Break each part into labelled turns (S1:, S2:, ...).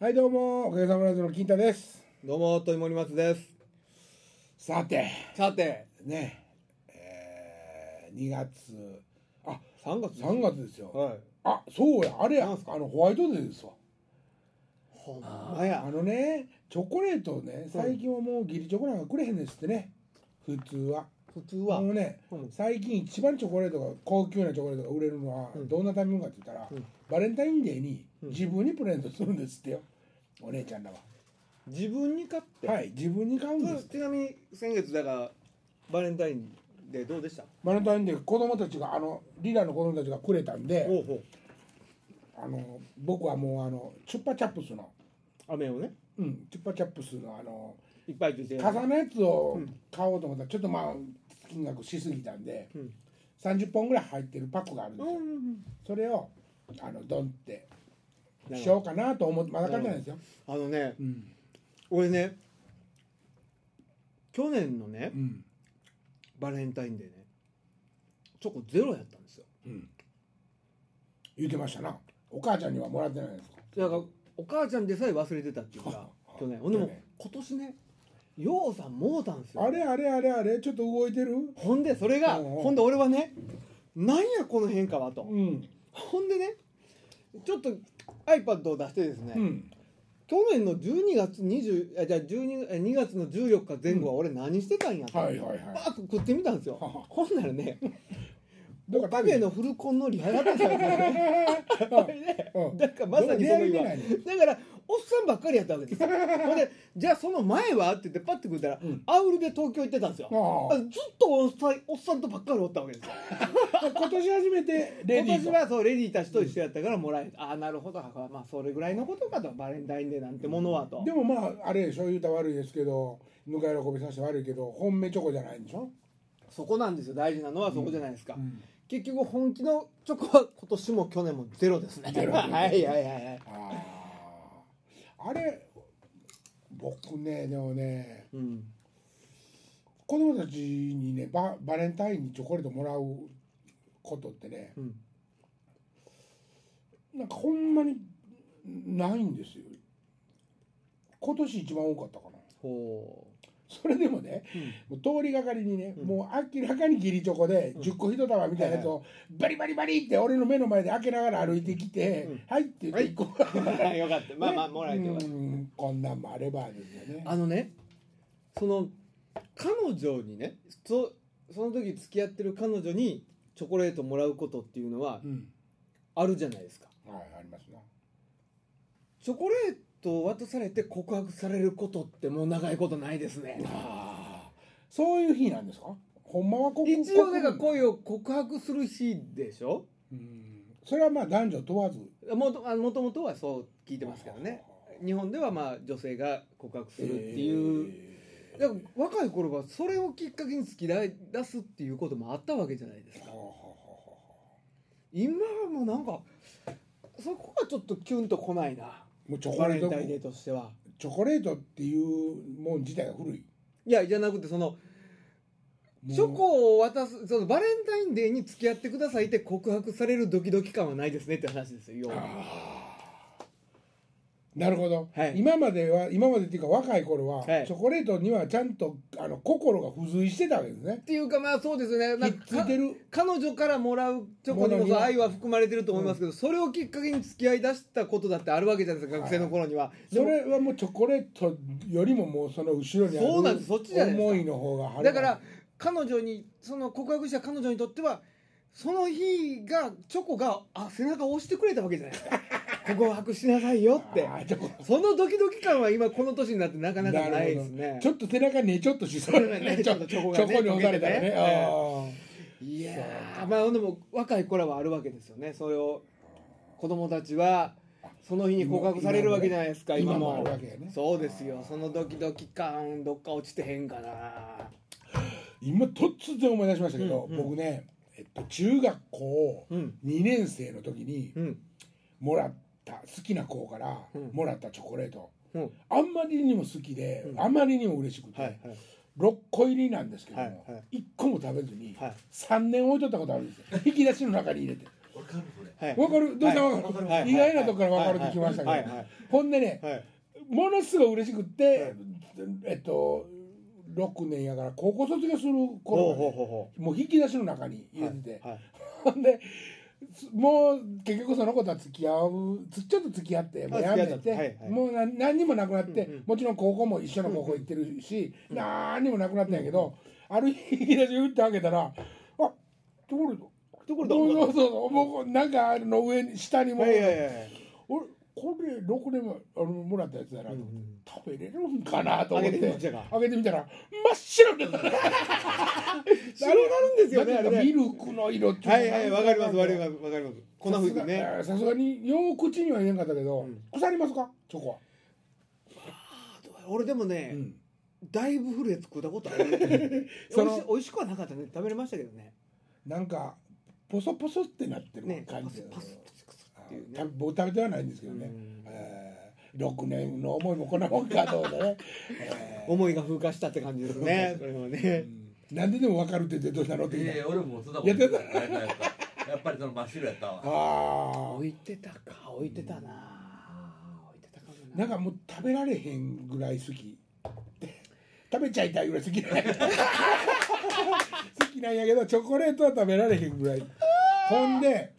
S1: はいどうもおかげさまラジオの金太です
S2: どうも、といもりますです。
S1: さて
S2: さて、
S1: ねえー、2月あ
S2: 3月です
S1: 3月ですよ、
S2: はい。
S1: あそうやあれや
S2: なんすか
S1: あのホワイトデーですわ
S2: ほん
S1: あのねチョコレートをね最近はもうギリチョコなんかくれへんですってね普通は
S2: 普通は。
S1: もうね
S2: うん
S1: 最近一番チョコレートが高級なチョコレートが売れるのは
S2: うん
S1: どんなタイミングかって言ったら、
S2: うん
S1: バレンタインデーに
S2: うん
S1: 自分にプレゼントするんですってよお姉ちゃんらは
S2: 自分に買って。
S1: はい自分に買うん
S2: そ
S1: で
S2: れ
S1: す
S2: ちなみに、先月だから、バレンタインでどうでした
S1: バレンタインデー子供たちがあのリラの子供たちがくれたんで
S2: うほう。
S1: あの僕はもうあのチュッパチャップスの
S2: 飴をね、
S1: うんチュッパチャップスのあの
S2: いっぱいついてる。
S1: 傘のやつを
S2: うん
S1: 買おうと思ったらちょっとまあ金額しすぎたんで
S2: うん。
S1: 30本ぐらい入ってるパックがあるんですよ
S2: うん。
S1: それをあのドンって
S2: なる
S1: し
S2: ほど
S1: ようかなと思ってまだ買ってないんですよ、
S2: あのね、
S1: うん
S2: 俺ね、去年のね
S1: う、ん
S2: バレンタインでね、チョコゼロやったんですよ。
S1: うん、言ってましたなお母ちゃんにはもらってないんですか、
S2: だから、お母ちゃんでさえ忘れてたっていうか去年。ほんでも
S1: 去年、
S2: 今年ね、ようさんもうたんですよ。
S1: あれあれあれあれちょっと動いてる
S2: ほんでそれが、
S1: うんうん
S2: ほんで俺はねなんやこの変化はと、
S1: うん
S2: ほんでねちょっと iPad を出してですね、
S1: うん
S2: 去年の12月20あじゃあ12え2月の14日前後は俺何してたんやと、
S1: はいはい
S2: バ
S1: は
S2: ーッと食ってみたんですよ
S1: はは
S2: ほんな らね
S1: いど
S2: おかげのフルコンのリハだったんですよねこれね
S1: うん
S2: だからまさにその
S1: ど
S2: 今
S1: うや
S2: だ
S1: り
S2: からおっさんばっかりやったわけですよ ほんでじゃあその前はって言ってパッて食ったら、
S1: うん
S2: アウルで東京行ってたんですよ
S1: ああ
S2: ずっとおっさんおっさんとばっかりおったわけですよ
S1: 今年初めてレディー
S2: 今年はそうレディーたちと一緒やったからもらえた、ああなるほどまあそれぐらいのことかとバレンタインデーなんてものはと、
S1: でもまああれでしょ言うたら悪いですけどぬか喜びさせて悪いけど本命チョコじゃないんでしょ、
S2: そこなんですよ大事なのはそこじゃないですか、
S1: うん
S2: 結局本気のチョコは今年も去年もゼロですね
S1: ゼロ
S2: はいはいはいはい
S1: あああれ僕ねでもね
S2: うん
S1: 子供たちにねババレンタインにチョコレートもらうことってね
S2: うん
S1: なんかほんまにないんですよ今年一番多かったかな
S2: ほ
S1: それでもね
S2: う、うん
S1: もう通りがかりにね、
S2: うん
S1: もう明らかに義理チョコで
S2: うん
S1: 10個一束みたいなやつをバリバリバリって俺の目の前で開けながら歩いてきて
S2: うん
S1: 「はい」って言って1個
S2: よかったまあまあもらえてよかった、
S1: うんこんなんもあればですよね
S2: あのねその彼女にねそその時付き合ってる彼女にチョコレートもらうことっていうのは
S1: うん
S2: あるじゃないですか
S1: はいありますな
S2: チョコレートを渡されて告白されることってもう長いことないですね
S1: そういう日なんですかほんまはここ
S2: 一応なんか
S1: ここ
S2: 恋を告白する日でしょ
S1: うんそれはまあ男女問わず
S2: もとあもともとはそう聞いてますけどね日本ではまあ女性が告白するっていう、
S1: えー
S2: だから若い頃はそれをきっかけに付き出すっていうこともあったわけじゃないですか
S1: はあはあはあはあ
S2: 今はもうなんかそこがちょっとキュンとこないな
S1: もうチョコ
S2: バ
S1: レ
S2: レ
S1: ー
S2: ンタインデー
S1: ト
S2: としては
S1: チョコレートっていうもん自体が古い
S2: いやじゃなくてその
S1: もう
S2: チョコを渡すそのバレンタインデーに付き合ってくださいって告白されるドキドキ感はないですねって話ですよ要は
S1: なるほど、
S2: はい
S1: 今までは今までっていうか若い頃は、
S2: はい
S1: チョコレートにはちゃんとあの心が付随してたわけですね
S2: っていうかまあそうですねなん
S1: ひっつい
S2: か
S1: てる
S2: 彼女からもらうチョコに
S1: もの
S2: こ
S1: には
S2: そ愛は含まれてると思いますけど、それをきっかけに付き合いだしたことだってあるわけじゃないです
S1: は
S2: か
S1: い
S2: 学生の頃には、
S1: それはもうチョコレートよりももうその後ろにある
S2: そうなんですそっちじゃないですか
S1: 思いの方がはる
S2: だから彼女にその告白した彼女にとってはその日がチョコがあ背中を押してくれたわけじゃないです か告白しなさいよって
S1: あーチョコ
S2: そのドキドキ感は今この年になってなかなかないです
S1: なる
S2: ね
S1: ほどちょっと背中ねちょっとしそうだね
S2: ちょっとチョコがね
S1: チョコに押されたらね
S2: 溶けてねいやーまあでも若い子らはあるわけですよねそれを子供たちはその日に告白されるわけじゃないです
S1: あ
S2: か
S1: ー
S2: 今
S1: 今も
S2: も
S1: あるわけやね
S2: そうですよそのドキドキ感どっか落ちてへんかな
S1: 今突然思い出しましたけど、
S2: うんうん
S1: 僕ね、えっと、中学校
S2: うん
S1: 2年生の時に、
S2: うん
S1: もらった好きな子から
S2: うん
S1: もらったチョコレート、
S2: うん
S1: あんまりにも好きで、
S2: うん
S1: あまりにも嬉しくて、
S2: はいはい
S1: 6個入りなんですけども、
S2: はいはい
S1: 1個も食べずに、
S2: はい
S1: 3年置いとったことあるんですよ引き出しの中に入れて
S3: かるそれ
S2: はい
S1: わかるどうしたわかる、
S2: はい
S1: 意外なとこからわかるってきましたけど、
S2: はいはいはい
S1: ほんでね
S2: はい
S1: ものすごい嬉しくって、えっと6年やから高校卒業する
S2: ほ
S1: 頃
S2: う
S1: が
S2: ほう
S1: ね
S2: ほうほ
S1: もう引き出しの中に
S2: う
S1: 入
S2: は
S1: れ
S2: い
S1: てて、
S2: はい
S1: ほんでもう結局その子とは付き合うつちょっと付き合ってもうやめ
S2: あ付き
S1: て、
S2: 合ったはいはい
S1: もう何何にもなくなって、
S2: うんうん
S1: もちろん高校も一緒の高校行ってるし、何にもなくなったんやけど、ある日引き出しを打ってあげたらあところど
S2: とこ
S1: そう
S2: ろ
S1: そう
S2: ど
S1: そうもうなんかあの上に下にも、
S2: はいはいはい
S1: 俺これ6年前あのもらったやつだなと思って、
S2: うんうん
S1: 食べれるんかなと思って
S2: あげてみたら
S1: あげてみたら真っ白で
S2: 白なるんですよねあれね
S1: ミルクの色ってうの
S2: はいはいわかりますわかりますわかりますこんなふう
S1: さす
S2: に
S1: が
S2: ね
S1: さすがによう口には言えんかったけど、
S2: うん
S1: 腐りますかチョコは、
S2: 俺でもね、
S1: うん
S2: だいぶ古いやつ食ったことあ る
S1: その
S2: 美味し美味しくはなかったね食べれましたけどね
S1: なんかポソポソってなってる
S2: ね
S1: 感
S2: パ
S1: じ
S2: ス
S1: だよね
S2: パスパス
S1: あ
S2: っていうね
S1: た僕食べてはないんですけどね、
S2: うん
S1: えー、6年の思いもこんなもんかと思ってね、えー
S2: 思いが風化したって感じですねこれもね
S1: 何ででも分かるって言ってどうしたのって言った
S3: い
S1: ら
S3: や俺もそんなこと言ってたやっぱやっぱりその真っ白やったわ
S1: あ
S2: 置いてたか置いてたな置いてたかも
S1: あなんかもう食べられへんぐらい好き食べちゃいたいぐらい好きなんや好きなんやけどチョコレートは食べられへんぐらいほんで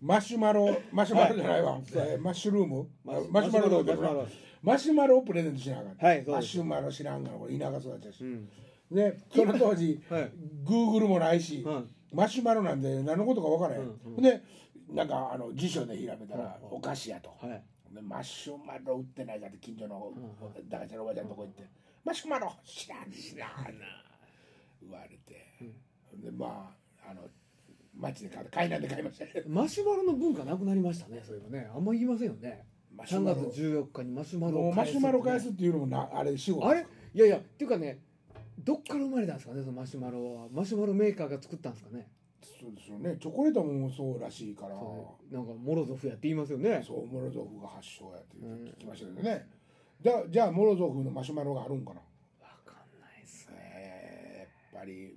S1: マシュマロマシュマロじゃないわ、えーマッシュルーム
S2: マシ
S1: マシュマロどうだろうな
S2: マシュ
S1: マシュマ
S2: マロ
S1: ロをプレゼントしなあかった、
S2: はいそうです
S1: マシュマロ知らんからこれ田舎育ちだし、
S2: うん
S1: ね、その当時、
S2: はい
S1: グーグルもないし、
S2: うん
S1: マシュマロなんで何のことか分からへん、
S2: うん
S1: でなんかあの辞書で調べたら
S2: うん
S1: お菓子やと、
S2: はい
S1: でマシュマロ売ってないかって近所の駄菓子のおばちゃんのとこ行って「マシュマロ知らん知らん」言われて、でまああの街で買う海南で買いました ね
S2: マシュマロの文化なくなりましたねそういえばねあんまり言いませんよね
S1: マシュ
S2: 3
S1: マ
S2: 月
S1: ロ
S2: 14日にマシュマロ
S1: も
S2: を
S1: うマシュマロ返
S2: す
S1: すっていうのもなあれ仕事
S2: あれいやいやっていうかねどっから生まれたんですかねそのマシュマロはマシュマロメーカーが作ったんですかね
S1: そうですよねチョコレートもそうらしいからそ
S2: そうなんかモロゾフやって言いますよね
S1: うモロゾフが発祥やって聞きましたけどね、じゃあじゃあモロゾフのマシュマロがあるんかな
S2: わかんないっす
S1: えーやっぱり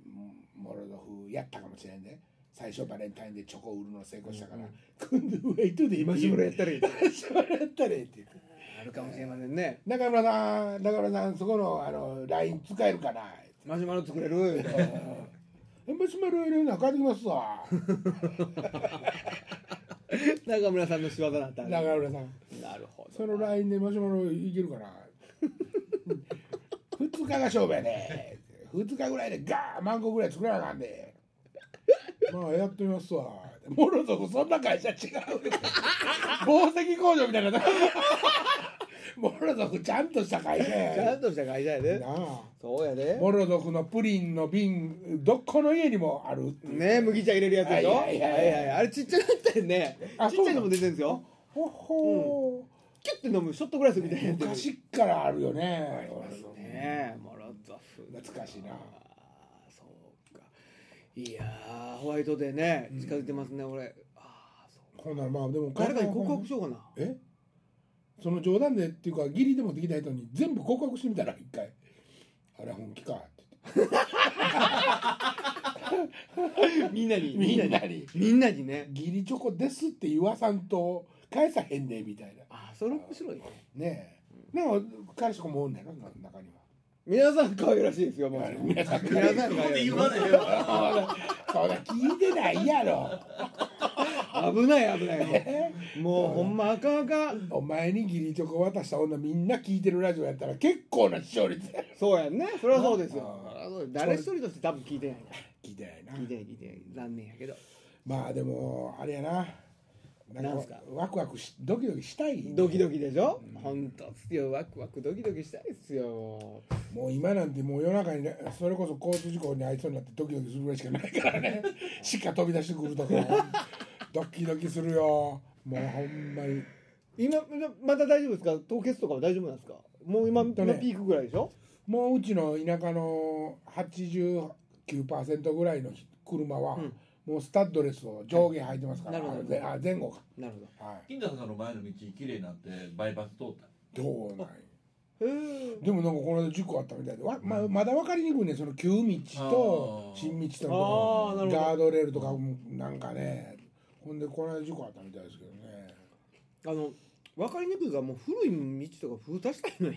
S1: モロゾフやったかもしれんね最初バレンタインでチョコ売るの成功したから、今度ウェイトで
S2: マシュマロやったらいい
S1: マシュマロやったれって言って
S2: あるかもしれませんね
S1: 中村さん中村さんそこのあの LINE 使える かな
S2: マシュマロ作れる
S1: えマシュマロやるな帰ってきます わ
S2: 中村さんの仕業だった
S1: 中村さん
S2: なるほ
S1: その LINE でマシュマロいける かな2日が勝負やね2日ぐらいでガー万個ぐらい作らなあかんでまあやってみますわモロゾフそんな会社違うよ宝石工場みたいなモロゾフちゃんとした会社
S2: ちゃ
S1: や
S2: んとした会社や
S1: な
S2: で
S1: あ
S2: そうやで
S1: モロゾフのプリンの瓶どこの家にもあるっていう
S2: ね麦茶入れるやつでしょ
S1: はいはいはいはい
S2: あれちっちゃなったよね
S1: あ
S2: ちっちゃいのも出てるんですよ
S1: ほっほ
S2: キュッて飲むショットグラスみたいな
S1: ー
S2: やつ
S1: 昔っからあるよね
S2: ねえモロゾフ
S1: 懐かしいな
S2: あーそうかいやーホワイトデーね近づいてますね俺あーそう
S1: ほんならまあでも
S2: 誰かに告白しようかな
S1: えその冗談でっていうか義理でもできない人に全部告白してみたら一回あれ本気かって
S2: みんなに
S1: 言ってみんな
S2: に
S1: に
S2: みんなにね
S1: 義理チョコですって言わさんと返さへんねみたいな
S2: あーそれ面白いね
S1: ねえなんか彼氏子もおんねんな中には
S2: 皆さん可愛らしいですよもう
S1: あれ皆さん
S2: 皆さん可愛らしい
S3: 言わねえよ
S1: そんな聞いてないやろ
S2: 危ない危 ないもうほんまあかんあかん
S1: お前に義理チョコ渡した女みんな聞いてるラジオやったら結構な視聴率や
S2: そうやんねそれはそうですよ
S1: あー
S2: そりゃそう誰一人として多分聞いてないな
S1: 聞いてないな
S2: 聞いてない聞いてない残念やけど
S1: まあでもあれやな
S2: なんすか
S1: ワクワクしドキドキしたい
S2: ドキドキでしょ本当っすよワクワクドキドキしたいっすよ
S1: もう今なんてもう夜中にねそれこそ交通事故に遭いそうになってドキドキするぐらいしかないから ねしか飛び出してくるとかドキドキするよもうほんまに
S2: 今まだ大丈夫ですか凍結とかは大丈夫なんですかもう今の
S1: とね
S2: ピークぐらいでしょ
S1: もううちの田舎の89%ぐらいの車は、
S2: うん
S1: もうスタッドレスを上下履いてますから、
S2: なるほど
S1: あぜあ前後か
S2: なるほ
S1: は
S3: 金田さんの前の道綺麗になってバイパス通った
S1: いどうなんや
S2: どへえ
S1: でもなんかこの間事故あったみたいでわままだ分かりにくいねその旧道と
S3: あー
S1: 新道とのと
S2: ああな
S1: こ
S2: るほど
S1: ガードレールとかもなんかねほんでこの間事故あったみたいですけどね
S2: あの分かりにくいがもう古い道とか封鎖したいの に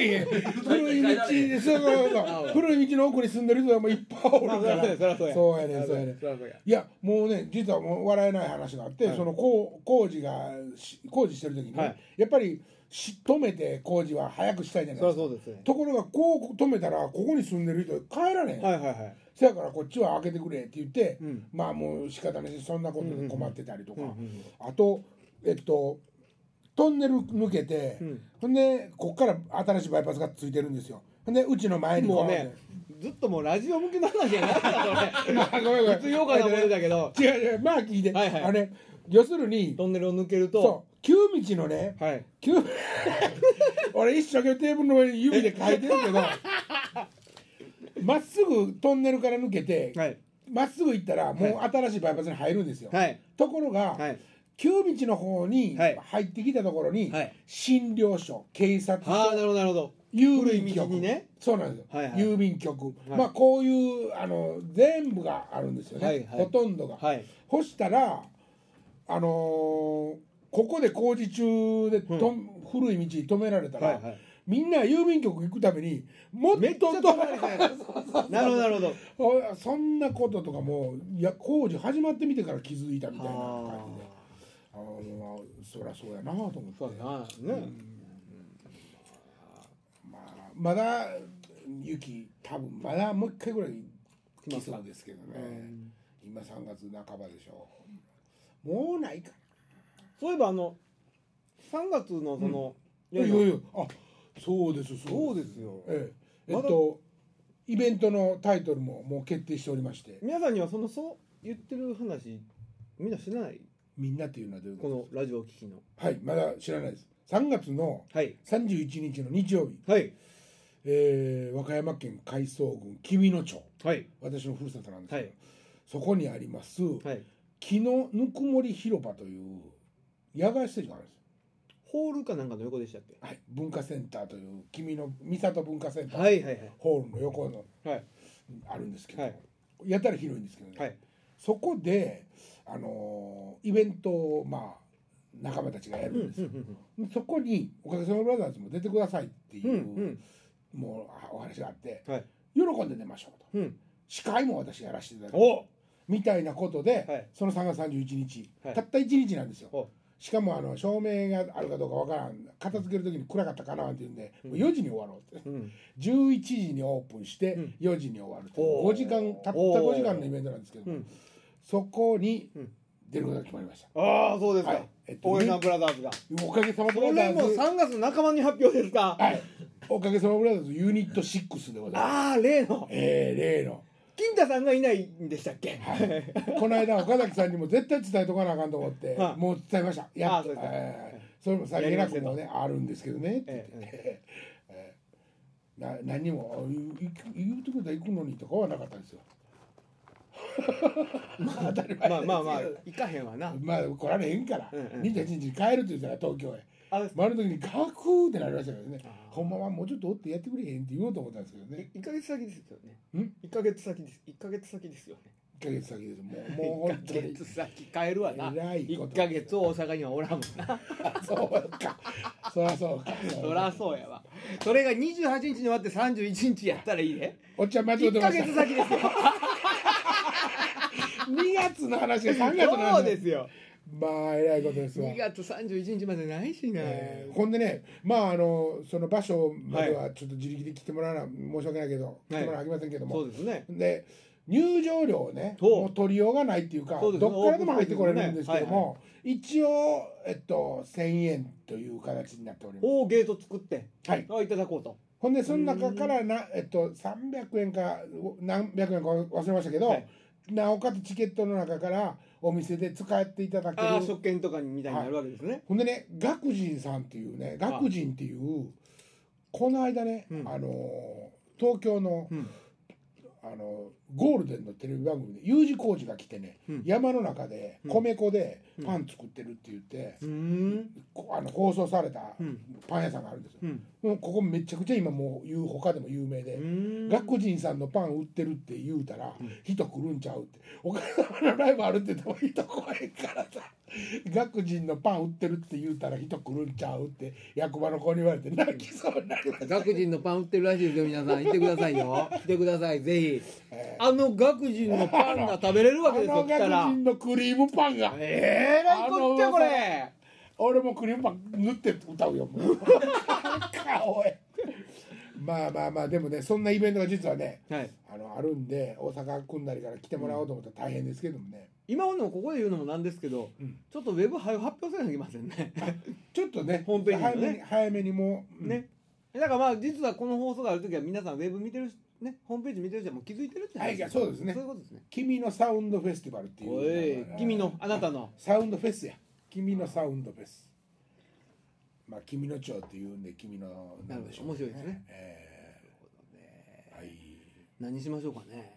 S1: 古い道でそうそうそう古い道の奥に住んでる人はもういっぱいおるから
S2: あそら そうや
S1: そうやねんそうやねん
S2: そらそうや
S1: いやもうね実はもう笑えない話があって、
S2: はい
S1: その工工事がし工事してる時に、ね
S2: はい
S1: やっぱりし止めて工事は早くしたいじゃないで
S2: そら
S1: すか
S2: そうですね
S1: ところがこう止めたらここに住んでる人帰られへん、
S2: はいはいはい
S1: そやからこっちは開けてくれって言って、
S2: うん
S1: まあもう仕方ないしそんなことで困ってたりとか、
S2: うんうんうん
S1: あとえっとトンネル抜けて、
S2: うん
S1: ほんでこっから新しいバイパスがついてるんですよほんでうちの前に
S2: もう
S1: こ
S2: ねずっともうラジオ向けの話じゃなかったそれ
S1: あごめんごめん
S2: 普通よかなもんだけど
S1: 違う違うまあ聞いて、
S2: はいはい
S1: あれ要するに
S2: トンネルを抜けると
S1: そう旧道 のね
S2: はい
S1: 旧俺一生懸命テーブルの上に指で書いてる けどまっすぐトンネルから抜けて
S2: はい
S1: まっすぐ行ったらもう新しいバイパスに入るんですよ、
S2: はい
S1: ところが、
S2: はい
S1: 旧道の方に
S2: はい
S1: 入ってきたところに、
S2: はい
S1: 診療所警察
S2: あ
S1: 署
S2: あなるほどなるほど
S1: 郵
S2: 古
S1: 便
S2: い道
S1: 局
S2: にね
S1: そうなんですよ、
S2: はいはい
S1: 郵便局、
S2: はい
S1: まあこういうあの全部があるんですよね、
S2: はいはい
S1: ほとんどが、
S2: はい
S1: ほしたらあのーここで工事中でと、古い道に止められたら、
S2: はいはい
S1: みんな郵便局行くためにもっと
S2: めっちゃ
S1: 止
S2: 止
S1: め
S2: ま れてないなるほどなるほど
S1: おそんなこととかもういや工事始まってみてから気づいたみたいな感じであーまあそりゃそうやなと思って
S2: そうなね
S1: まあ、まだ雪多分まだもう一回ぐらい来そうですけどね、今3月半ばでしょうもうないか
S2: そういえばあの3月のその
S1: な、いやいやあそうです
S2: そ
S1: そううで
S2: ですすよ
S1: えええ
S2: ま
S1: っ
S2: だ
S1: とイベントのタイトルももう決定しておりまして
S2: 皆さんにはそのそう言ってる話みんな知らない
S1: みんなっていうのはどういうこ
S2: このラジオを聞きの
S1: とはいまだ知らないです3月の
S2: はい
S1: 31日の日曜日、
S2: はい
S1: えー和歌山県海藻郡紀美野町
S2: はい
S1: 私のふるさとなんですけど、
S2: はい
S1: そこにあります、
S2: はい
S1: 木のぬくもり広場という野外施設があるんですよ、
S2: ホールかなんかの横でしたっけ
S1: はい、文化センターという君の三郷文化センター、
S2: はいはいはい
S1: ホールの横の
S2: はい
S1: あるんですけど、
S2: はい
S1: やったら広いんですけどね、
S2: はい
S1: そこで、あのーイベントを、まあ、仲間たちがやるんですよ、そこに「おかげさまブラザーズ」も出てくださいっていう、
S2: うんうん
S1: もうあお話があって
S2: はい
S1: 喜んで出ましょうと
S2: うん
S1: 司会も私やらせていただく
S2: お
S1: みたいなことで、
S2: はい
S1: その3月31日、
S2: はい
S1: たった1日なんですよ
S2: お
S1: しかもあの照明があるかどうかわからん片付ける時に暗かったかなっていうんで、もう4時に終わろうって、
S2: うん
S1: 11時にオープンして
S2: うん
S1: 4時に終わるという、
S2: おー
S1: 5時間たった5
S2: おー
S1: 時間のイベントなんですけど、
S2: うん
S1: そこに
S2: うん
S1: 出ることが決まりました、
S2: ああそうです
S1: は
S2: か
S1: いえっと
S2: 大江さんブラザーズが
S1: おかげさまブ
S2: こ
S1: ラザ
S2: れも
S1: ー
S2: う
S1: ズ、
S2: 3月の半ばに発表ですか
S1: はい、おかげさまブラザーズユニット6でございます
S2: ああ例の
S1: えー、例の
S2: 金太さんがいないんでしたっけ
S1: この間岡崎さんにも絶対伝えとかなあかんと思って、
S2: はい
S1: もう伝えましたやっと
S2: あそうですか
S1: えーそれもさりげなくもねあるんですけどねって言って、な何にもあ言う行く言うてくれたら行くのにとかはなかったん ですよまあ当たり前
S2: まあまあまあ行かへんわな
S1: まあ来られへんから、
S2: うんうん
S1: 28日に帰るって言ったら東京へ
S2: あ
S1: 回る時にガクってなりましたけどねほんまはもうちょっとおってやってくれへんって言おうと思ったんですけどね
S2: 一ヶ月先ですよね。
S1: ん
S2: 一ヶ月先です。一ヶ月先ですよね。
S1: 1ヶ月先ですもうも う本
S2: 一ヶ
S1: 当に
S2: 月先帰るわな
S1: えら。い
S2: 一
S1: こと
S2: ヶ月大阪にはおらんもん な。
S1: そうかそりゃそうか
S2: そ らそうやわ。それが二十八日に終わって三十一日やったらいいね。
S1: おっちゃん間違っ
S2: 一
S1: て
S2: ヶ
S1: ました
S2: 月先ですよ。
S1: 2月の話が3月の話
S2: そうですよ。
S1: まあえらいことですわ
S2: 二、月三十一日までないしな。
S1: えーほんでねまああのその場所まで
S2: は
S1: はちょっと自力で来てもらわな申し訳ないけど来てもらわなあきませんけども、
S2: そうですね。
S1: で入場料ね
S2: そう
S1: もう取りようがないっていうか
S2: そうです
S1: どっからでも入ってこれるんですけど
S2: はい
S1: も、一応、えっと、1,000円という形になっておりま
S2: 大ゲート作って、
S1: す。はい、
S2: あいただこうと。
S1: ほんでその中からな、えっと、300円か何百円か忘れましたけど、
S2: はい
S1: なおかつチケットの中からお店で使っていただけ
S2: ああ、
S1: る
S2: 食券とかにみたいになるわけですね。
S1: ほんでね学人さんっていうね学人っていうこの間ね、
S2: うん
S1: あのー東京の、
S2: ん
S1: あのゴールデンのテレビ番組で U 字工事が来てね、
S2: うん
S1: 山の中で
S2: うん
S1: 米粉で
S2: うん
S1: パン作ってるって言って、
S2: うん
S1: こあの放送された
S2: うん
S1: パン屋さんがあるんですよ、
S2: うん
S1: もうここめちゃくちゃ今もう言う他でも有名で、
S2: うん
S1: 学人さんのパン売ってるって言うたら、人来るんちゃうってお金のライブあるって言っても人来へんから さ学人のパン売ってるって言うたら人来るんちゃうって役場の子に言われて泣きそうになりました
S2: 学人のパン売ってるらしいですよ皆さん行ってください よ来てくださいぜひ
S1: え
S2: あの学人のパンが食べれるわけです
S1: あ
S2: よ
S1: の
S2: 来た
S1: 学
S2: ら
S1: 人のクリームパンが
S2: えらいこっちゃこれ
S1: 俺もクリームパン塗って歌うよも う顔へまあまあまあでもねそんなイベントが実はね
S2: はい
S1: あのあるんで大阪組んだりから来てもらおうと思ったら大変ですけどもね、
S2: 今のここで言うのもなんですけど、
S1: うん
S2: ちょっとウェブ早く発表せなきゃいけませんね
S1: ちょっとね
S2: ホームページの
S1: 早
S2: ね
S1: めに早めにもう、うん
S2: ねだからまあ実はこの放送がある時は皆さんウェブ見てる人ねホームページ見てる人はもう気づいてるって
S1: はいいやそうですね
S2: そういうことですね
S1: 君のサウンドフェスティバルっていう
S2: おい君のあなたの
S1: サウンドフェスや君のサウンドフェスまあ君の町っていうんで君の
S2: なるほど面白いですね
S1: えーはい
S2: 何しましょうかね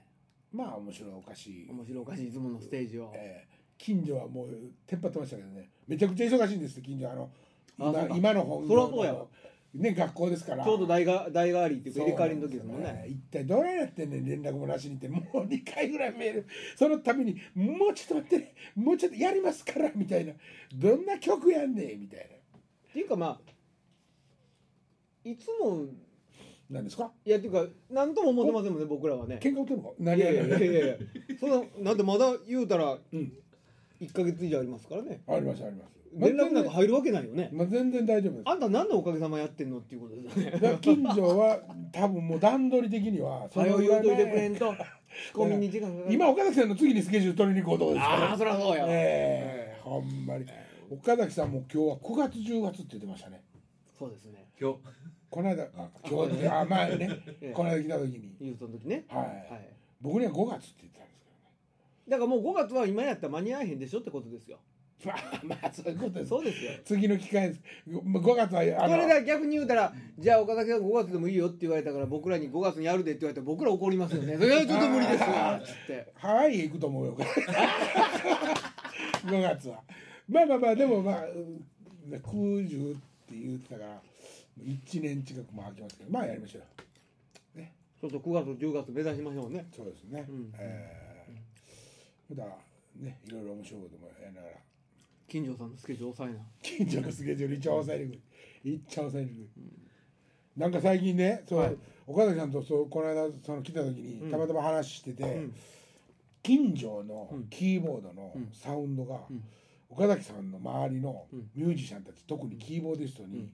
S1: まあ面白いおかしい、
S2: 面白おかしいいつものステージを
S1: えー近所はもうテンパってましたけどねめちゃくちゃ忙しいんですって近所あの
S2: あそう
S1: 今
S2: か
S1: 今の本
S2: そらそうやわ
S1: ね学校ですから
S2: ちょうど代が代替わりっていうか
S1: そう
S2: 入れ替わりの時ですもんね
S1: 一体どうやってんねん連絡もなしにってもう2回ぐらいメールそのために「もうちょっと待ってねもうちょっとやりますから」みたいな「どんな曲やんねん」みたい
S2: っていうかまあいつも
S1: ななんですか
S2: いやっていうか何とも思ってませんもんね僕らはね
S1: 喧嘩売ってるの
S2: い
S1: 何
S2: や
S1: や
S2: い
S1: ね
S2: や
S1: ん
S2: いやいやいやそんななんでまだ言うたら
S1: うん
S2: 1か月以上ありますからね
S1: ありますあります
S2: 連絡なんか入るわけないよね
S1: まあ、全然大丈夫です
S2: あんた何のおかげさまやってんのっていうことですよね
S1: だから近所は多分もう段取り的には
S2: 早う言うといてくれんと仕込みに時間かかる
S1: 今岡崎さんの次にスケジュール取りに行こうとこですから
S2: ああそりゃそうや、
S1: ええほんまに岡崎さんも今日は9月10月って言ってましたね
S2: そうですね
S3: 今日
S1: この間あ今日あ前
S2: え
S1: ねこの間来た時に
S2: 言うとの時ね
S1: はい
S2: はい
S1: 僕には5月って言ってたんです
S2: だからもう5月は今やったら間に合えへんでしょってことです よ
S1: けどねまあまあそういうことです
S2: そうですよ
S1: 次の機会ですまあ5月はあ
S2: そ
S1: の
S2: れだ逆に言うたらじゃあ岡崎さん5月でもいいよって言われたから僕らに5月にやるでって言われたら僕ら怒りますよね それはちょっと無理ですよ
S1: あー
S2: つって
S1: ハワイへ行くと思うよ5月はまあまあまあでもまあうん90って言ってたから1年近くも空きますけどまあやりましょう
S2: ちょっと9月10月目指しましょうね
S1: そうですね、
S2: うん
S1: えー、まだねいろいろ面白いこともやりながら
S2: 金城さんのスケジュール抑えな
S1: 近所のスケジュール一応抑えにくい一応抑えにくい、なんか最近ねそう、
S2: はい
S1: 岡崎さんとそうこの間その来た時に
S2: うん
S1: たまたま話してて、
S2: うん
S1: 近所の
S2: うん
S1: キーボードの
S2: うん
S1: サウンドが、
S2: うん
S1: 岡崎さんの周りの
S2: うん
S1: ミュージシャンたち、特にキーボーディスト
S2: う
S1: に
S2: ん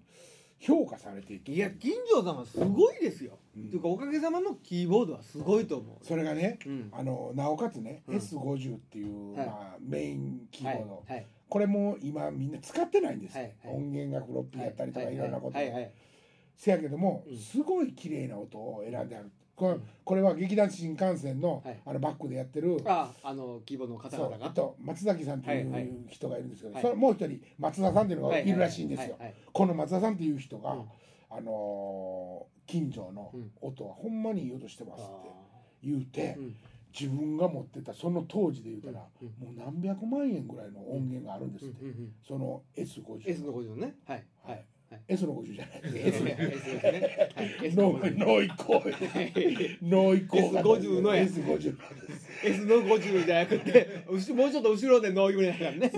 S1: 評価されていて、
S2: いや金城さんはすごいですよ、
S1: うん
S2: っていうかおかげさまのキーボードはすごいと思う
S1: それがね、
S2: うん
S1: あのなおかつね、
S2: うん
S1: S50 っていう、
S2: はい
S1: まあ、メインキーボード、
S2: はい
S1: これも今みんな使ってないんですよ、
S2: はいはい
S1: 音源がフロッピーやったりとかいろんなこと、
S2: はいはいはい
S1: せやけども、
S2: うん
S1: すごい綺麗な音を選んであるこれこれは劇団新幹線の,、
S2: はい
S1: あのバックでやってる
S2: ああの規模の方
S1: そう
S2: 々が
S1: あと松崎さんってい
S2: はいはいう
S1: 人がいるんですけど、
S2: はい
S1: それもう一人松田さんっていうのがいるらしいんですよ、
S2: ははは
S1: この松田さんっていう人が、
S2: うん
S1: あのー近所の
S2: うん
S1: 音はほんまにいい音してますって
S2: は
S1: 言うて、
S2: いうん
S1: 自分が持ってたその当時で言うたら、
S2: うん
S1: もう何百万円ぐらいの音源があるんです
S2: う
S1: っ
S2: ん
S1: て、
S2: うんうん
S1: その S50
S2: S の50ねはいは
S1: はい
S2: いはい
S1: S の50じゃない
S2: S ね S ですねはい S の
S1: 脳
S2: 50
S1: 脳移行脳移行型
S2: S50 のや
S1: S50
S2: S の50じゃなくて後もうちょっと後ろでノーギブだからね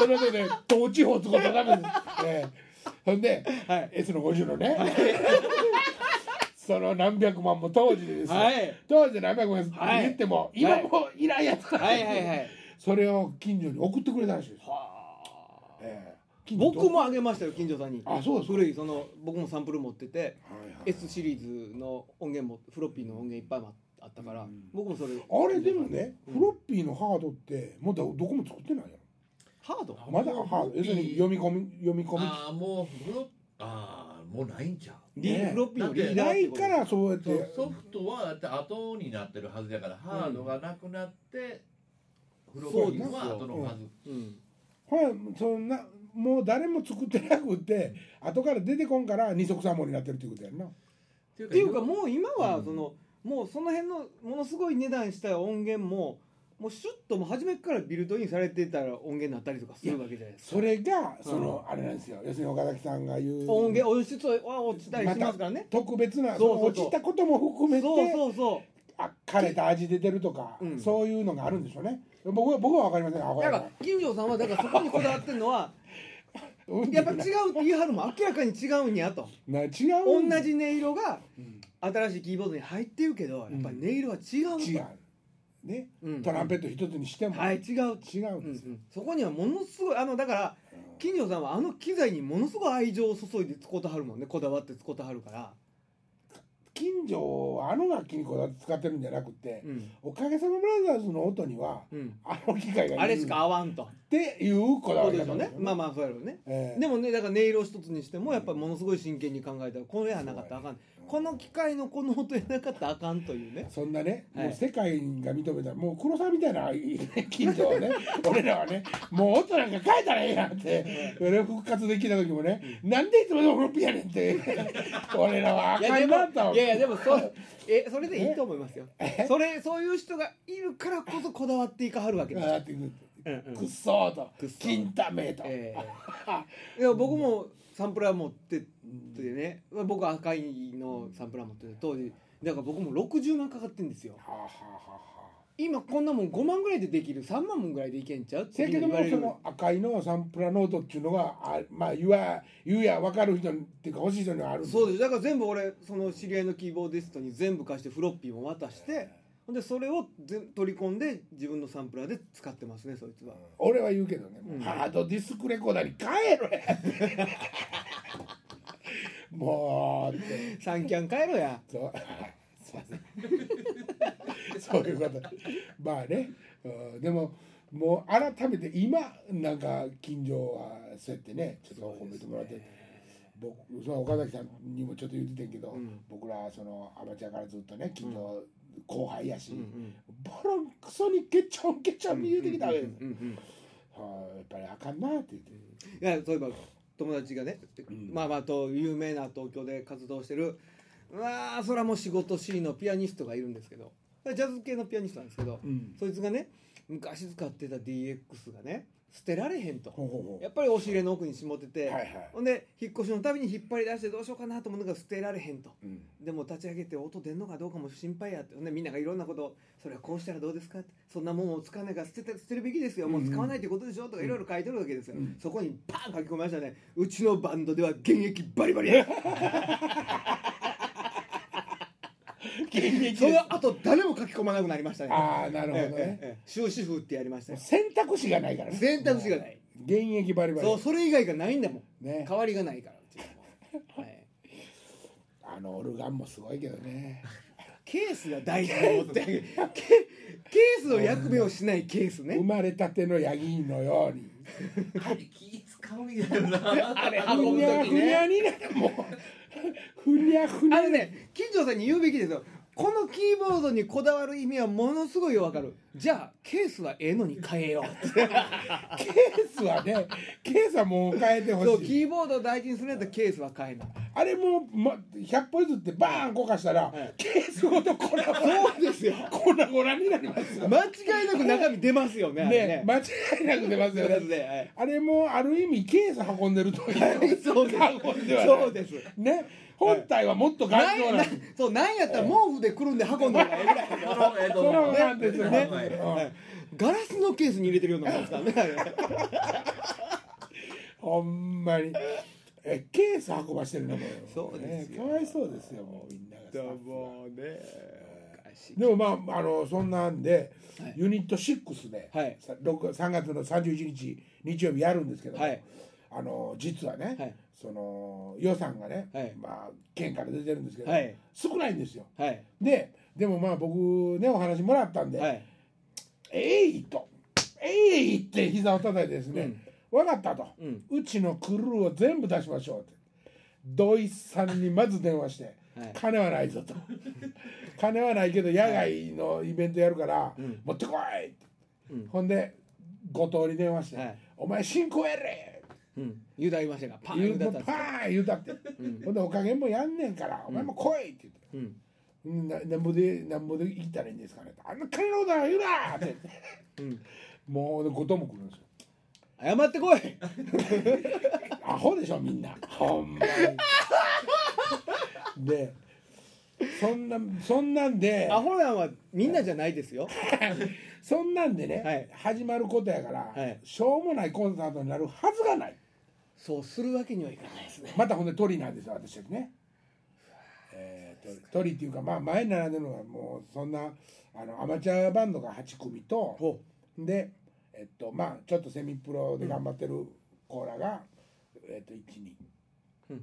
S1: それでね統治法使ったらダメです、ええほんで、
S2: はい
S1: S の50のねその何百万も当時でですよ、
S2: はい
S1: 当時で何百万
S2: はい
S1: 言っても、今もういらんやつだ、
S2: はいはいはい
S1: それを近所に送ってくれたらしいです、
S2: はあ
S1: ええ近所
S2: 僕もあげましたよ金城さんに
S1: あそうですか
S2: 古いその僕もサンプル持ってて
S1: はいはい
S2: S シリーズの音源もフロッピーの音源いっぱいもあったから
S1: うん
S2: 僕もそれ
S1: あれでもね、
S2: うん
S1: フロッピーのハードってまだどこも作ってないや
S2: ハード
S1: んまだハード要するに読み込み読み込み
S3: ああもうフロああもうないんちゃう
S2: リー
S1: ね
S2: フロッピーのリーダーっ
S1: な
S2: て
S1: い
S2: こと
S1: からそうやって
S3: そうソフトはだって後になってるはずやから、ハードがなくなってフロッピーは後のはず、
S2: うん
S1: はい、そんなもう誰も作ってなくて後から出てこんから二足三本になってるっていうことやんな
S3: っ
S2: っていうかもう今はその、もうその辺のものすごい値段した音源ももうシュッともう初めからビルトインされてたら音源になったりとかするわけじゃないですか
S1: それがその、あれなんですよ要するに岡崎さんが言う
S2: 音源音質は落ちたりしますからね、
S1: 特別な
S2: そうそうそう
S1: その落ちたことも含めて
S2: そうそうそ
S1: あ枯れた味で出るとか、
S2: うん
S1: そういうのがあるんでしょうね僕は僕は分かりませんあ
S2: う
S1: わ
S2: だか
S1: から
S2: 金城さんはだからそこにこだわってるのは
S1: うん
S2: やっぱ違うって言い張るもん明らかに違うんやと
S1: な違う
S2: 同じ音色が
S1: うん
S2: 新しいキーボードに入ってるけどやっぱり音色は違うと、
S1: 違うね
S2: うん
S1: トランペット一つにしても、
S2: はい違う、
S1: 違う
S2: うん
S1: んですよ、
S2: うんそこにはものすごいあのだから金城さんはあの機材にものすごい愛情を注いで使うてはるもんねこだわって使うてはるから、
S1: 近所はあの楽器にこだわって使ってるんじゃなくて、
S2: うん
S1: おかげさまブラザーズの音には
S2: うん、
S1: あの機械がいい
S2: あれしか合わんと
S1: っていうこだ
S2: そ
S1: わ
S2: う
S1: りだ
S2: でし
S1: と思う
S2: ょうね
S1: んですよ
S2: まあまあそうやろうね
S1: ええ
S2: でもねだから音色一つにしてもやっぱりものすごい真剣に考えたらこれやなかったらあかんこの機械のこの音やなかったらあかんというね
S1: そんなね、
S2: はい
S1: もう世界が認めたもう黒沢みたいな近所 はね俺らはねもう音なんか変えたらええやんって俺復活できた時もね、なんでいつまでもフロッピーやねんって 俺らはあ
S2: いや
S1: か
S2: で
S1: ん
S2: も
S1: なとはい
S2: やいやでもそうえそれでいいと思いますよそれそういう人がいるからこそこだわっていかはるわけです
S1: あーってく
S2: うんう
S1: くっ
S2: ん
S1: そーと
S2: くっそー
S1: 金太めと、
S2: ええいや僕もサンプラー持ってってね僕は赤いのサンプラー持ってて当時だから僕も60万かかってんですよ
S1: はあはあはあはあ
S2: 今こんなもん5万ぐらいでできる3万もんぐらいでいけんちゃうって
S1: せやけど
S2: 言
S1: も
S2: われ
S1: そ
S2: る
S1: の赤いのサンプラノートっていうのがあまあ言わ言うや分かる人にっていうか欲しい人にはあるん
S2: そうですだから全部俺その知り合いのキーボーディストに全部貸してフロッピーも渡してほんでそれを全取り込んで自分のサンプラーで使ってますねそいつは
S1: 俺は言うけどね、もう
S2: うん
S1: ハードディスクレコーダーに変えろやもうって
S2: 三キャン帰ろや
S1: そうすいませんそういうことまあね、うんでももう改めて今なんか近所はそうやってねちょっと褒めてもらって、僕その岡崎さんにもちょっと言っててんけど、
S2: うん
S1: 僕らそのアマチュアからずっとね近所後輩やし、
S2: うんうん
S1: ボロンクソにケチョンケチョンに言うてきたわけです、
S2: うんうんうん
S1: はあやっぱりあかんなって言って、
S2: いやそういえば友達がね、
S1: うん
S2: まあまあと有名な東京で活動してるまあそれはもう仕事しいのピアニストがいるんですけどジャズ系のピアニストなんですけど、そいつがね昔使ってた DX がね捨てられへんと
S1: ほうほうほう
S2: やっぱり押し入れの奥にしもってて、
S1: はいはい
S2: ほんで引っ越しのたびに引っ張り出してどうしようかなと思うんだけど捨てられへんと。
S1: うん
S2: でも立ち上げて音出んのかどうかも心配やってほんでみんながいろんなことをそれはこうしたらどうですかってそんなもんを使わないから捨てて捨てるべきですよもう使わないということでしょとかいろいろ書いてるわけですよ、
S1: うん
S2: そこにパン書き込みましたねうちのバンドでは現役バリバリやその後誰も書き込まなくなりましたね
S1: ああなるほどね、
S2: ええええ終止符ってやりましたよ
S1: 選択肢がないからね
S2: 選択肢がない
S1: 現役バリバリ
S2: そうそれ以外がないんだもん
S1: ね
S2: 代わりがないからうちは もう、はい、
S1: あのオルガンもすごいけどね
S2: ケースが大事だと思って ケケースの役目をしないケースね
S1: 生まれたてのヤギのように
S3: 気使うんやろな
S2: あれ
S1: ふ
S2: 運ぶ
S1: にゃ
S2: 時
S1: ふにゃ
S2: ね
S1: になるもうふにゃふに
S2: あ
S1: ゃ
S2: れね金城さんに言うべきですよこのキーボードにこだわる意味はものすごいよわかるじゃあケースはええのに変えよ うっ
S1: ケ
S2: て
S1: ースはねケースはもう変えてほ
S2: そう
S1: しい
S2: キーボードを大事にするんやったらケースは変えない
S1: あれもう、ま、100歩譲ってバーンこかしたら、
S2: い
S1: ケースごと粉々
S2: そうですよ
S1: 粉々になりますよね
S2: 間違いなく中身出ますよねあれね
S1: 間違いなく出ますよ
S2: そうです
S1: ね
S2: ねはい
S1: あれもある意味ケース運んでるとい う
S2: そうで
S1: 運で
S2: す
S1: はない
S2: そうです
S1: ね本体はもっと頑
S2: な
S1: 丈
S2: ん
S1: な
S2: なんそうなんやったら毛布でくるんで運んだらええぐらい
S3: そのえっと
S1: そのなんですよね、
S3: はい
S1: うん
S2: ガラスのケースに入れてるようなもんですからねあれ
S1: ほんまにえケース運ばしてるのも
S2: そうですよ
S1: ねかわいそうですよもうみんながスタッフが
S2: うね
S1: でもまああのそんなんで、
S2: はい
S1: ユニット6で、
S2: はい
S1: さ六3月の31日日曜日やるんですけども、
S2: はい
S1: あの実はね、
S2: はい
S1: その予算がね、
S2: はい
S1: まあ、県から出てるんですけど、
S2: はい
S1: 少ないんですよ
S2: はい
S1: ででもまあ僕ねお話もらったんで「
S2: はい
S1: えい!」と「えい!」って膝を叩いてですね「分かった」と。
S2: うん
S1: うちのクルーを全部出しましょうって土井さんにまず電話して「
S2: はい
S1: 金はないぞ」と 「金はないけど野外のイベントやるから
S2: うん
S1: 持ってこい」って、
S2: うん
S1: ほんで後藤に電話して「
S2: はい
S1: お前進行やれ!」
S2: うん言うたりましたがパン
S1: 言
S2: 言
S1: う
S2: うた
S1: も
S2: っ
S1: う
S2: たんで
S1: パーン言うたって、
S2: うん
S1: ほんで「おかげもやんねんからお前も来い」って言って、
S2: すうん
S1: うんななんぼでなんぼで生きたらいいんですかねあんな金のことは言うなって
S2: うん
S1: もう後藤も来るんですよ
S2: 謝ってこい
S1: アホでしょみんなほんまにでそんなそんなんで
S2: アホなんはみんなじゃないですよ
S1: そんなんでね、
S2: はい
S1: 始まることやから、
S2: はい
S1: しょうもないコンサートになるはずがない
S2: そうするわけにはいかないですね
S1: またほんで鳥なんですよ私たちね、えー、と鳥っていうかまあ前に並んでるのはもうそんなあのアマチュアバンドが8組と
S2: ほ
S1: でえっとまあちょっとセミプロで頑張ってるコーラが、えっと1人、
S2: うん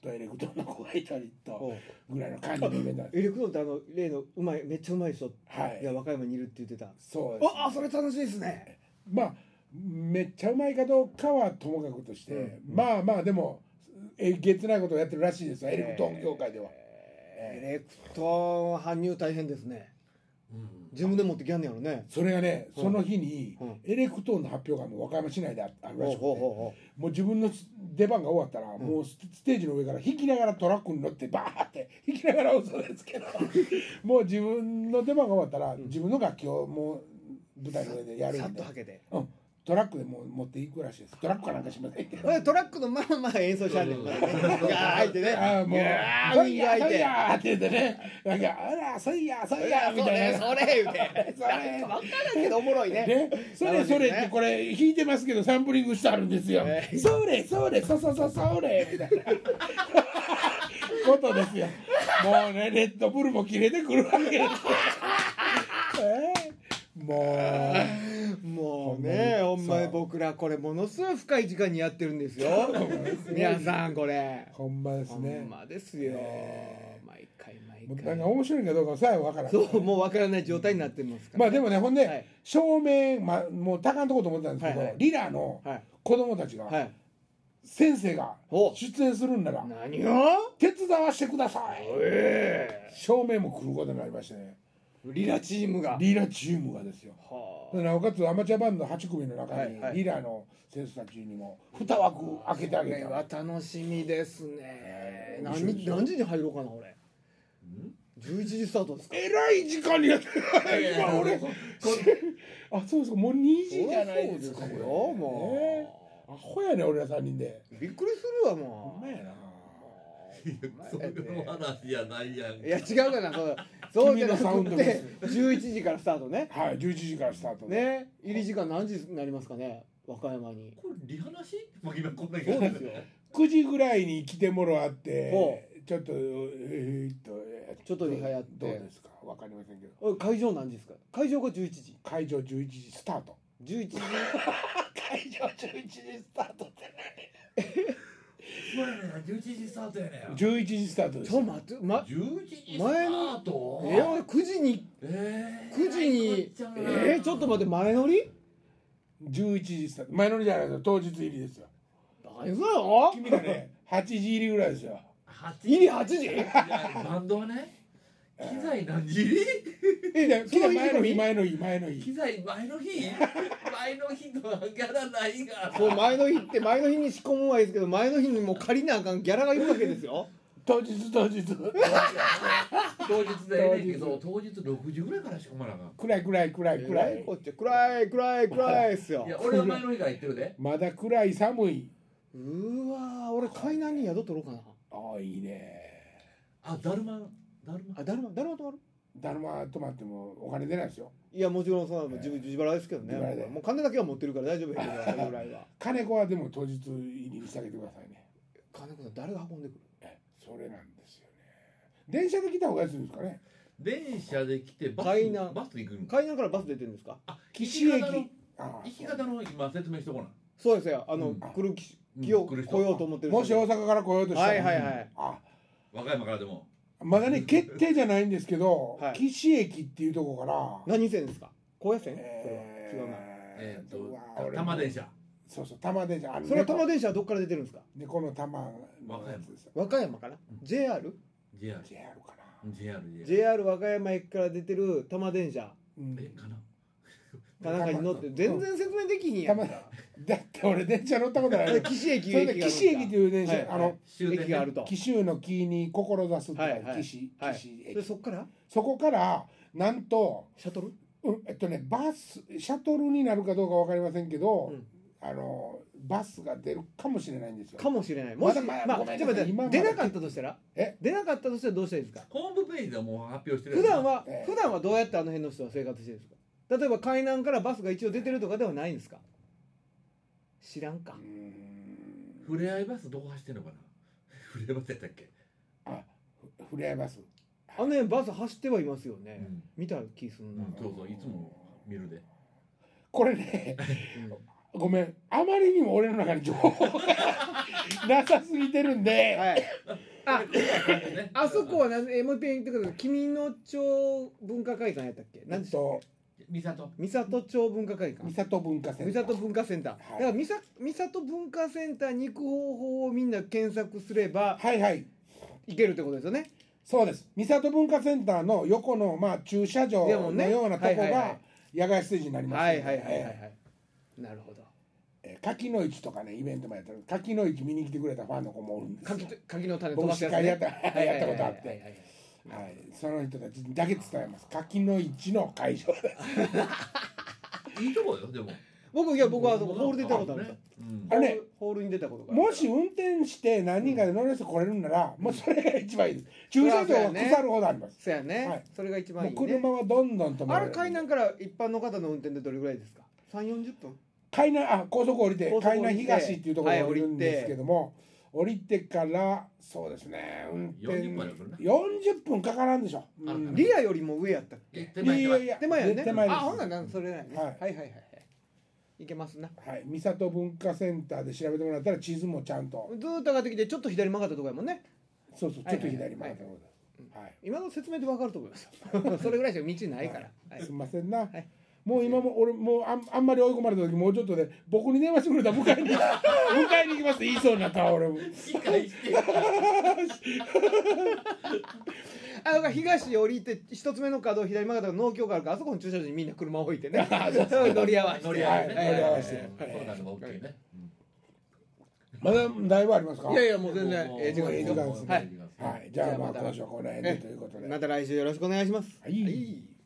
S1: とエレクトーンの子がいたりと
S2: ほ
S1: ぐらいの感じのイベントなんで
S2: エレクトーンってあの例のうまいめっちゃうまい人
S1: すはい
S2: が和歌山にいるって言ってた
S1: そうです
S2: ああそれ楽しいですね
S1: まあめっちゃうまいかどうかはともかくとして、まあまあでもえげつないことをやってるらしいですよエレクトーン業界では、
S2: エレクトーン搬入大変ですね
S3: うん
S2: 自分で持ってきやんねやろね
S1: それがね、その日に
S2: うん
S1: エレクトーンの発表がもう和歌山市内でああるら
S2: ほう
S1: しくて、
S2: ほうほ
S1: もう自分の出番が終わったら、もうスステージの上から引きながらトラックに乗ってバーって引きながら嘘です けどもう自分の出番が終わったら、自分の楽器をもう舞台の上で
S2: うほ
S1: や
S2: う
S1: る
S2: さっ
S1: んで
S2: とは、けて
S1: うん、トラックでもう持っていくらしいですトラックかなんかしませんけど。
S2: トラックのまあまあ演奏しちゃうねんからねいやー入ってね
S1: ああもう
S2: いやー
S1: い
S2: 海が
S1: やそいやー
S2: 開いて
S1: って言ってねなんかあらそいやそいやみたいな
S2: それそれ言うて
S1: それ
S2: なんか分からんけどおもろいね
S1: ね、それそれってこれ弾いてますけどサンプリングしてあるんですよ。
S2: ええ
S1: それそれそそそそれみたいな ことですよ。もうねレッドブルも切れてくるわけ ですよ。えーも
S2: もうね
S1: ほ
S2: ほ
S1: んまに
S2: んまに
S1: そう
S2: 僕らこれものすごい深い時間にやってるんですよ皆さんこれ
S1: うほんまです
S2: ほ
S1: ね
S2: ん。まですよ
S1: え
S2: 毎回
S1: も
S2: 毎
S1: うなんか
S2: 回
S1: 面白いかどうかさえわからん。
S2: そうもう分からない状態になってますか
S1: ま
S2: ら
S1: あでもねほんで、
S2: はい
S1: 照明、まあ、もう高んとこと思ってたんですけど、
S2: はいはい
S1: リラの
S2: はい
S1: 子供たちが、
S2: はい
S1: 先生が
S2: お
S1: 出演するんなら
S2: 何を
S1: 手伝わしてください
S2: え
S1: 照明も来ることになりましてね
S2: えリラチームが
S1: リラチームがですよ
S2: はあ
S1: なおかつアマチュアバンド8組の中に
S2: はいはい
S1: リラの選手たちにも2枠開けてあ
S2: こ
S1: げ
S2: れ
S1: た
S2: は楽しみですね
S1: え面白いで
S2: 何
S1: しょ
S2: 何時に入ろうかな俺11時スタートですか
S1: えらい時間にやってる今俺
S3: こ
S1: あそうですかもう2時じゃない
S2: そう
S1: ですか
S2: よ
S1: これね
S2: も
S1: アホやね俺ら3人で
S2: うびっくりするわ
S1: ほん
S2: も
S1: ま
S2: う
S1: やな
S3: そういう話じゃないやんか
S2: いや違うかなそうそうじゃな
S1: 君のサウンド
S2: く
S1: です
S2: て11時からスタートね
S1: はい11時からスタートで
S2: ね入り時間何時になりますかね和歌山に
S3: これリハなし もう今こんなに
S2: そうですよ
S1: 9時ぐらいに来てもろあって
S2: ほ
S1: ちょっとえーっとえー
S2: ちょっとリハやって
S1: どうですかわかりませんけど
S2: おい会場何時ですか会場が11時
S1: 会場11時スタート
S2: 11時
S1: 会場11時スタートって
S3: そうやねん11時スタートやねん
S1: 11時スタートで
S2: ち
S1: すよ
S2: ょ待ってま
S3: 11時スタ
S2: 前の
S3: ート
S2: え俺9時に
S3: え
S2: 9時にえー、ちょっと待ってて前乗り
S1: 11時スタート前乗りじゃないですよ当日入りですよ
S2: 何それよ
S1: 君が ね8時入りぐらいですよ
S2: 入り8時
S3: バンドはね機材何時入
S1: え で
S2: その日
S1: 前の日
S2: に
S1: 前の日前の
S3: り
S1: 日
S3: 機材前の日前の日とはギャラないが
S2: そう前の日って前の日に仕込むはいいですけど前の日にもう借りなあかんギャラがいるわけですよ
S1: 当日当日
S3: 当日でええねんけど当日6時ぐらいからしかまなあかん
S1: 暗い暗い暗い暗い
S2: こっち暗い暗い暗いっすよ
S3: いや俺は前の日から行ってるで
S1: まだ暗い寒いう
S2: ーわー俺海南に宿取ろうかな
S1: ああいいね
S3: あだるまだるま
S2: あだるまだるま泊まる
S1: だるま泊まってもお金出ないですよ
S2: いやもちろんその自分自腹ですけどね
S1: 自腹で
S2: 僕はもう金だけは持ってるから大丈夫やけどそれぐら いは
S1: 金子はでも当日入りにしてあげてくださいね
S2: 金子さん誰が運んでくる
S1: えそれなんですよね電車で来た方が安いんですかね
S3: 電車で来てバス
S2: 海南
S3: バスで行くの
S2: 海南からバス出てるんですか
S3: あ
S1: 岸駅
S3: 行き方の
S1: ああ
S3: 行き方の今説明しとこな
S2: そうですよあの、
S3: うん
S2: 来る気
S3: うん
S2: 気を
S3: 来
S2: 来
S3: る人
S2: ようと思ってる人
S1: もし大阪から来ようとしたら、
S2: はいはいはい
S1: あ
S3: 和歌山からでも
S1: まだね決定じゃないんですけど、
S2: はい
S1: 岸駅っていうとこから、
S2: 何線ですか高野線それ
S1: えー
S2: は違うな
S3: えっ
S1: うわ
S3: と
S1: 俺
S3: 玉電車
S1: そうそう玉電車あの
S2: それは
S1: 猫
S2: 玉電車はどっから出てるんですか
S1: 猫の玉のやつですよ
S2: 和歌山かな JR?JR
S3: JR
S1: JR かな、
S3: JR
S2: 和歌山駅から出てる玉電車
S1: うん
S3: えかな
S2: かなんかに乗って全然説明できひんやん
S1: 玉だって俺電車乗ったことない
S2: え
S1: よ
S2: 岸駅
S1: それで岸駅という電車、
S2: はい
S1: あの
S3: 終電
S2: 駅があると
S1: 紀州の紀に志すって書いて
S2: はいはい
S1: 岸
S2: はい
S1: 岸
S2: で
S1: 駅
S2: そっから
S1: そこからなんと
S2: シャトル
S1: うんえっとねバスシャトルになるかどうかわかりませんけど、
S2: うん
S1: あのバスが出るかもしれないんですよ
S2: かもしれないもし
S1: まだまだ
S2: まあ
S1: ごめん
S2: ち
S1: な
S2: ょっ
S1: さ
S2: と
S1: い
S2: 待って
S1: 今まで
S2: 出なかったとしたら
S1: え
S2: 出なかったとしたらどうしたらいいですか
S3: ホームページではもう発表してる
S2: 普段は
S1: ええ
S2: 普段はどうやってあの辺の人は生活してるんですか例えば海南からバスが一応出てるとかではないんですか知らんか
S1: うーん
S3: ふれあいバスどこ走ってんのかな ふれあいバスやったっけ、
S1: あふ触れ合います
S2: あの辺バス走ってはいますよ
S3: う
S2: ね
S3: ん
S2: 見た気すんな
S3: うんそうそういつも見るで
S1: これね ごめんあまりにも俺の中に情報が なさすぎてるんで、
S2: はい あ
S3: ね
S2: あそこはなえもう一遍言ってください君の町文化会館やったっけ
S1: え
S2: 何
S1: っ
S2: でした
S1: と
S3: 三里
S2: 三郷町文化会館
S1: 三郷文化セン
S2: 三
S1: ター
S2: 郷文化センター、
S1: はい
S2: だから三郷三郷文化センターに行く方法をみんな検索すれば
S1: はいはい
S2: 行けるってことですよね
S1: そうです三郷文化センターの横の、まあ、駐車場
S2: でも
S1: の
S2: ね
S1: ようなと
S2: は
S1: こ
S2: いはいは
S1: が野外ステージになります
S2: は
S1: の
S2: い
S1: で
S2: はいはいはいは
S1: え
S2: いなるほど
S1: え柿の市とかねイベントもやってる柿の市見に来てくれたファンの子もおるんですよ
S2: 柿と柿の種飛
S1: 僕
S2: ばす
S1: 司
S2: やつ、
S1: 会やっ
S2: ね、
S1: たやったことあっ
S2: はいはい
S1: て
S2: はいはい
S1: はいその人たちだけ伝えます柿の市の会 場です
S3: いいとこよでも
S2: 僕いや僕はあそこホールで出たことあるんですよ
S3: うん
S1: あれね
S2: ホールに出たことがある
S1: もし運転して何人かで乗れる人来れるんなら、もうそれが一番いいです駐車場は腐るほどあります、
S2: そやね、
S1: はい
S2: それが一番
S1: も
S2: いうい、ね、
S1: 車はどんどん止ま
S2: あ
S1: れ
S2: れ
S1: る
S2: 海南から一般の方の運転でどれぐらいですか3 4 0分
S1: 海南あ高速降りて
S2: 高速降
S1: 海
S2: り
S1: 南
S2: て
S1: 東っていうところに
S2: はい
S1: 降
S2: 降
S1: り
S2: りて
S1: るんですけども、降りてからそうですね運転
S3: 40分やからね
S1: 40分かからんでしょ、う
S3: あ
S1: ん
S2: リアよりも上やったっ
S3: え
S2: け
S3: 手前
S1: いや
S3: 手前
S1: いやいや
S2: 手前やね
S1: 手前です
S2: あほんならなそれなんやね、
S1: はい
S2: はい、はいはいはいいけますな
S1: はい三郷文化センターで調べてもらったら地図もちゃんと
S2: ずーっと上がってきてちょっと左曲がったとこやもんね
S1: そうそうち
S2: はい
S1: ょっと左回って
S2: は
S1: はい
S2: 今の説明でわかると思います よそれぐらいしか道ないから、はい
S1: すみませんな、
S2: い
S1: もう今も俺もうあんあんまり追い込まれた時もうちょっとで僕に電話してくれたら迎えに 迎えに行きますって言いそうになったわ 俺も
S3: 理解して
S2: あだから東降りて一つ目の角を左曲がったら農協があるからあそこの駐車場にみんな車を置い てね 乗り合わせて
S3: 乗り合わせね
S1: はい乗り合わせ
S3: うんそうなのが大きいねうん
S1: まだだいぶありますか
S2: いやいやもう全然
S3: もう
S2: ええ時間
S1: ええ時間ですね
S3: もうええ時間ですね
S1: はいじゃあまあ
S2: じゃあまた
S1: 今週はこの辺でということで
S2: また来週よろしくお願いします
S1: はい
S2: はい